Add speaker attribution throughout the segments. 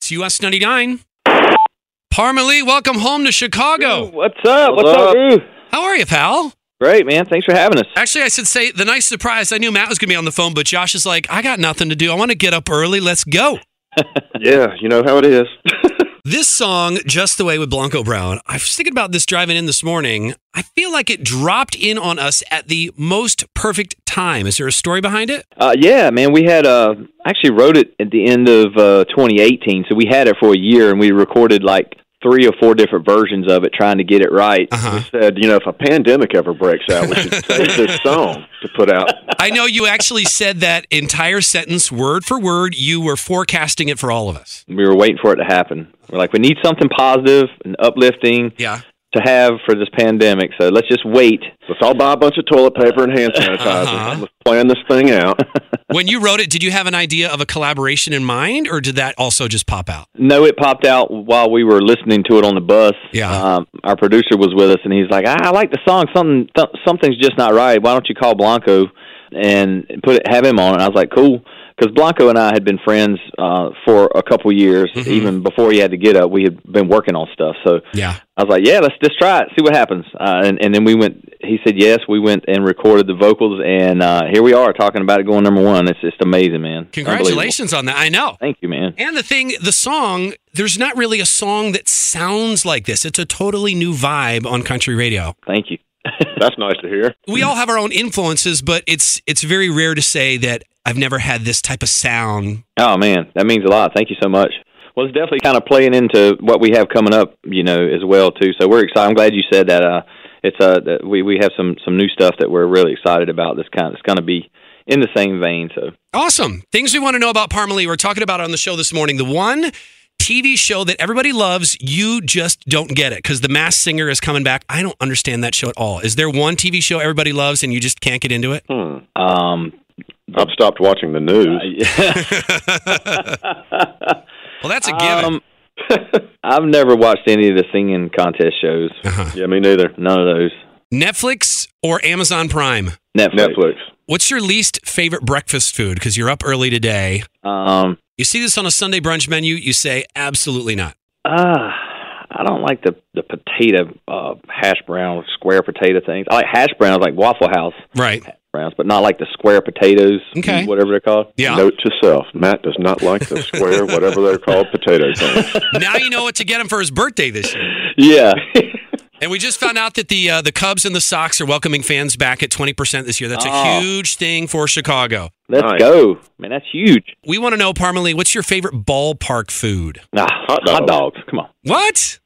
Speaker 1: It's US 99. Parmalee, welcome home to Chicago.
Speaker 2: What's up? What's,
Speaker 3: What's
Speaker 2: up,
Speaker 3: up?
Speaker 2: Drew?
Speaker 1: How are you, pal?
Speaker 2: Great, man. Thanks for having us.
Speaker 1: Actually, I should say the nice surprise. I knew Matt was going to be on the phone, but Josh is like, I got nothing to do. I want to get up early. Let's go.
Speaker 3: Yeah, you know how it is.
Speaker 1: This song, Just the Way with Blanco Brown, I was thinking about this driving in this morning. I feel like it dropped in on us at the most perfect time. Is there a story behind it?
Speaker 2: Uh, yeah, man. We had uh, I actually wrote it at the end of uh, 2018, so we had it for a year, and we recorded like three or four different versions of it, trying to get it right.
Speaker 1: Uh-huh.
Speaker 3: Said, you know, if a pandemic ever breaks out, we should save this song to put out.
Speaker 1: I know you actually said that entire sentence word for word. You were forecasting it for all of us.
Speaker 2: We were waiting for it to happen. We're like, we need something positive and uplifting
Speaker 1: Yeah.
Speaker 2: to have for this pandemic, so let's just wait.
Speaker 3: Let's all buy a bunch of toilet paper and hand sanitizer.
Speaker 1: Uh-huh.
Speaker 3: Let's plan this thing out.
Speaker 1: When you wrote it, did you have an idea of a collaboration in mind or did that also just pop out?
Speaker 2: No, it popped out while we were listening to it on the bus.
Speaker 1: Yeah.
Speaker 2: um, our producer was with us, and he's like, "I, I like the song. Something, th- something's just not right. Why don't you call Blanco and put it, have him on?" And I was like, "Cool," because Blanco and I had been friends uh, for a couple years,
Speaker 1: Mhm.
Speaker 3: Mm-hmm.
Speaker 2: even before he had to get up. We had been working on stuff, so
Speaker 1: Yeah.
Speaker 2: I was like, "Yeah, let's just try it, see what happens." Uh, and, and then we went. He said yes. We went and recorded the vocals, and uh, here we are talking about it going number one. It's just amazing, man. Unbelievable.
Speaker 1: Congratulations on that. I know.
Speaker 2: Thank you, man.
Speaker 1: And the thing, the song, there's not really a song that sounds like this. It's a totally new vibe on country radio.
Speaker 2: Thank you.
Speaker 3: That's nice to hear.
Speaker 1: We all have our own influences, but it's it's very rare to say that I've never had this type of sound.
Speaker 2: Oh man, that means a lot. Thank you so much. Well, it's definitely kind of playing into what we have coming up, you know, as well too. So we're excited. I'm glad you said that. Uh, it's uh, that we we have some some new stuff that we're really excited about. That's kind of, it's going to be in the same vein. So
Speaker 1: Awesome. Things we want to know about Parmalee. We're talking about it on the show this morning. The one TV show that everybody loves, you just don't get it because The Masked Singer is coming back. I don't understand that show at all. Is there one TV show everybody loves and you just can't get into it?
Speaker 3: Hmm.
Speaker 2: um,
Speaker 3: I've stopped watching the news.
Speaker 1: Well, that's a given.
Speaker 2: um, I've never watched any of the singing contest shows.
Speaker 1: Uh-huh.
Speaker 3: Yeah, me neither.
Speaker 2: None of those.
Speaker 1: Netflix or Amazon Prime?
Speaker 2: Netflix.
Speaker 3: Netflix.
Speaker 1: What's your least favorite breakfast food? Because you're up early today.
Speaker 2: Um,
Speaker 1: You see this on a Sunday brunch menu, you say, absolutely not.
Speaker 2: Uh, I don't like the the potato uh, hash brown square potato things. I like hash browns like Waffle House
Speaker 1: Right.
Speaker 2: browns, but not like the square potatoes,
Speaker 1: Okay.
Speaker 2: whatever they're called.
Speaker 1: Yeah.
Speaker 3: Note to self: Matt does not like the square, whatever they're called, potato things.
Speaker 1: now you know what to get him for his birthday this year.
Speaker 2: Yeah.
Speaker 1: And we just found out that the uh, the Cubs and the Sox are welcoming fans back at 20% this year. That's a
Speaker 2: Oh.
Speaker 1: huge thing for Chicago.
Speaker 2: Let's
Speaker 3: Nice.
Speaker 2: go. Man, that's huge.
Speaker 1: We want to know, Parmalee, what's your favorite ballpark food?
Speaker 2: Nah,
Speaker 3: Hot
Speaker 2: hot
Speaker 3: dogs.
Speaker 2: dogs. Come on.
Speaker 1: What?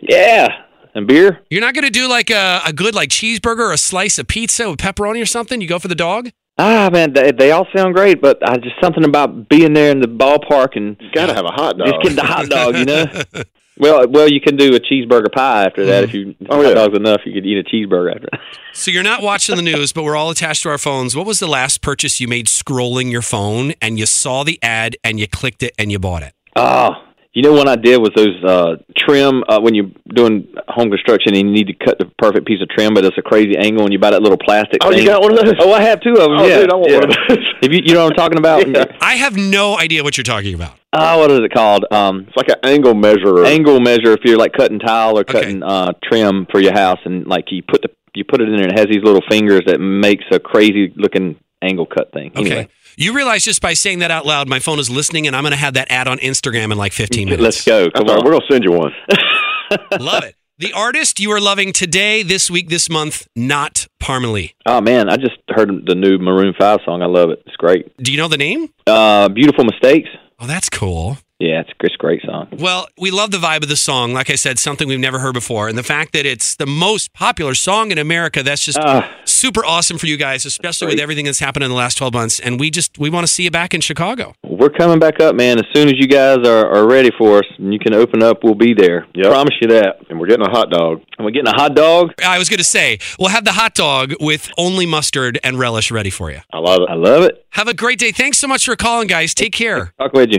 Speaker 2: Yeah. And beer?
Speaker 1: You're not going to do like a, a good like cheeseburger or a slice of pizza with pepperoni or something? You go for the dog?
Speaker 2: Ah, man, they, they all sound great, but I just something about being there in the ballpark and
Speaker 3: You gotta have a hot dog.
Speaker 2: just getting the hot dog, you know? well, well, you can do a cheeseburger pie after that. If you
Speaker 3: Oh,
Speaker 2: hot
Speaker 3: yeah.
Speaker 2: dogs enough, you could eat a cheeseburger after that.
Speaker 1: So you're not watching the news, but we're all attached to our phones. What was the last purchase you made scrolling your phone and you saw the ad and you clicked it and you bought it?
Speaker 2: Oh, you know what I did was those uh, trim uh, when you're doing home construction and you need to cut the perfect piece of trim, but it's a crazy angle and you buy that little plastic
Speaker 3: Oh,
Speaker 2: thing.
Speaker 3: you got one of those?
Speaker 2: Oh, I have two of them.
Speaker 3: Oh,
Speaker 2: yeah,
Speaker 3: dude, I want
Speaker 2: yeah.
Speaker 3: one of those.
Speaker 2: If you, you know what I'm talking about?
Speaker 3: Yeah.
Speaker 1: I have no idea what you're talking about.
Speaker 2: Oh, what is it called? Um,
Speaker 3: It's like an angle measurer.
Speaker 2: angle measure. If you're like cutting tile or
Speaker 1: Okay.
Speaker 2: cutting uh, trim for your house, and like you put the you put it in there and it has these little fingers that makes a crazy looking angle cut thing.
Speaker 1: Okay.
Speaker 2: Anyway,
Speaker 1: You realize just by saying that out loud, my phone is listening and I'm going to have that ad on Instagram in like 15 minutes.
Speaker 2: let's go.
Speaker 3: That's
Speaker 2: Come
Speaker 3: all
Speaker 2: on.
Speaker 3: right, we're gonna send you one.
Speaker 1: Love it. The artist you are loving today, this week, this month, not Parmalee.
Speaker 2: Oh man, I just heard the new Maroon Five song. I love it. It's great.
Speaker 1: Do you know the name?
Speaker 2: Uh, beautiful mistakes.
Speaker 1: Oh, that's cool.
Speaker 2: Yeah, it's, it's a great song.
Speaker 1: Well, we love the vibe of the song. Like I said, something we've never heard before. And the fact that it's the most popular song in America, that's just
Speaker 2: Ah.
Speaker 1: super awesome for you guys, especially with
Speaker 2: Great.
Speaker 1: everything that's happened in the last 12 months. And we just, we want to see you back in Chicago.
Speaker 2: We're coming back up, man. As soon as you guys are, are ready for us and you can open up, we'll be there.
Speaker 3: Yep.
Speaker 2: Promise you that.
Speaker 3: And we're getting a hot dog.
Speaker 2: And we're getting a hot dog.
Speaker 1: I was going to say, we'll have the hot dog with only mustard and relish ready for you.
Speaker 3: I love
Speaker 2: I
Speaker 3: it.
Speaker 2: love it.
Speaker 1: Have a great day. Thanks so much for calling, guys. Take care.
Speaker 2: Talk with you.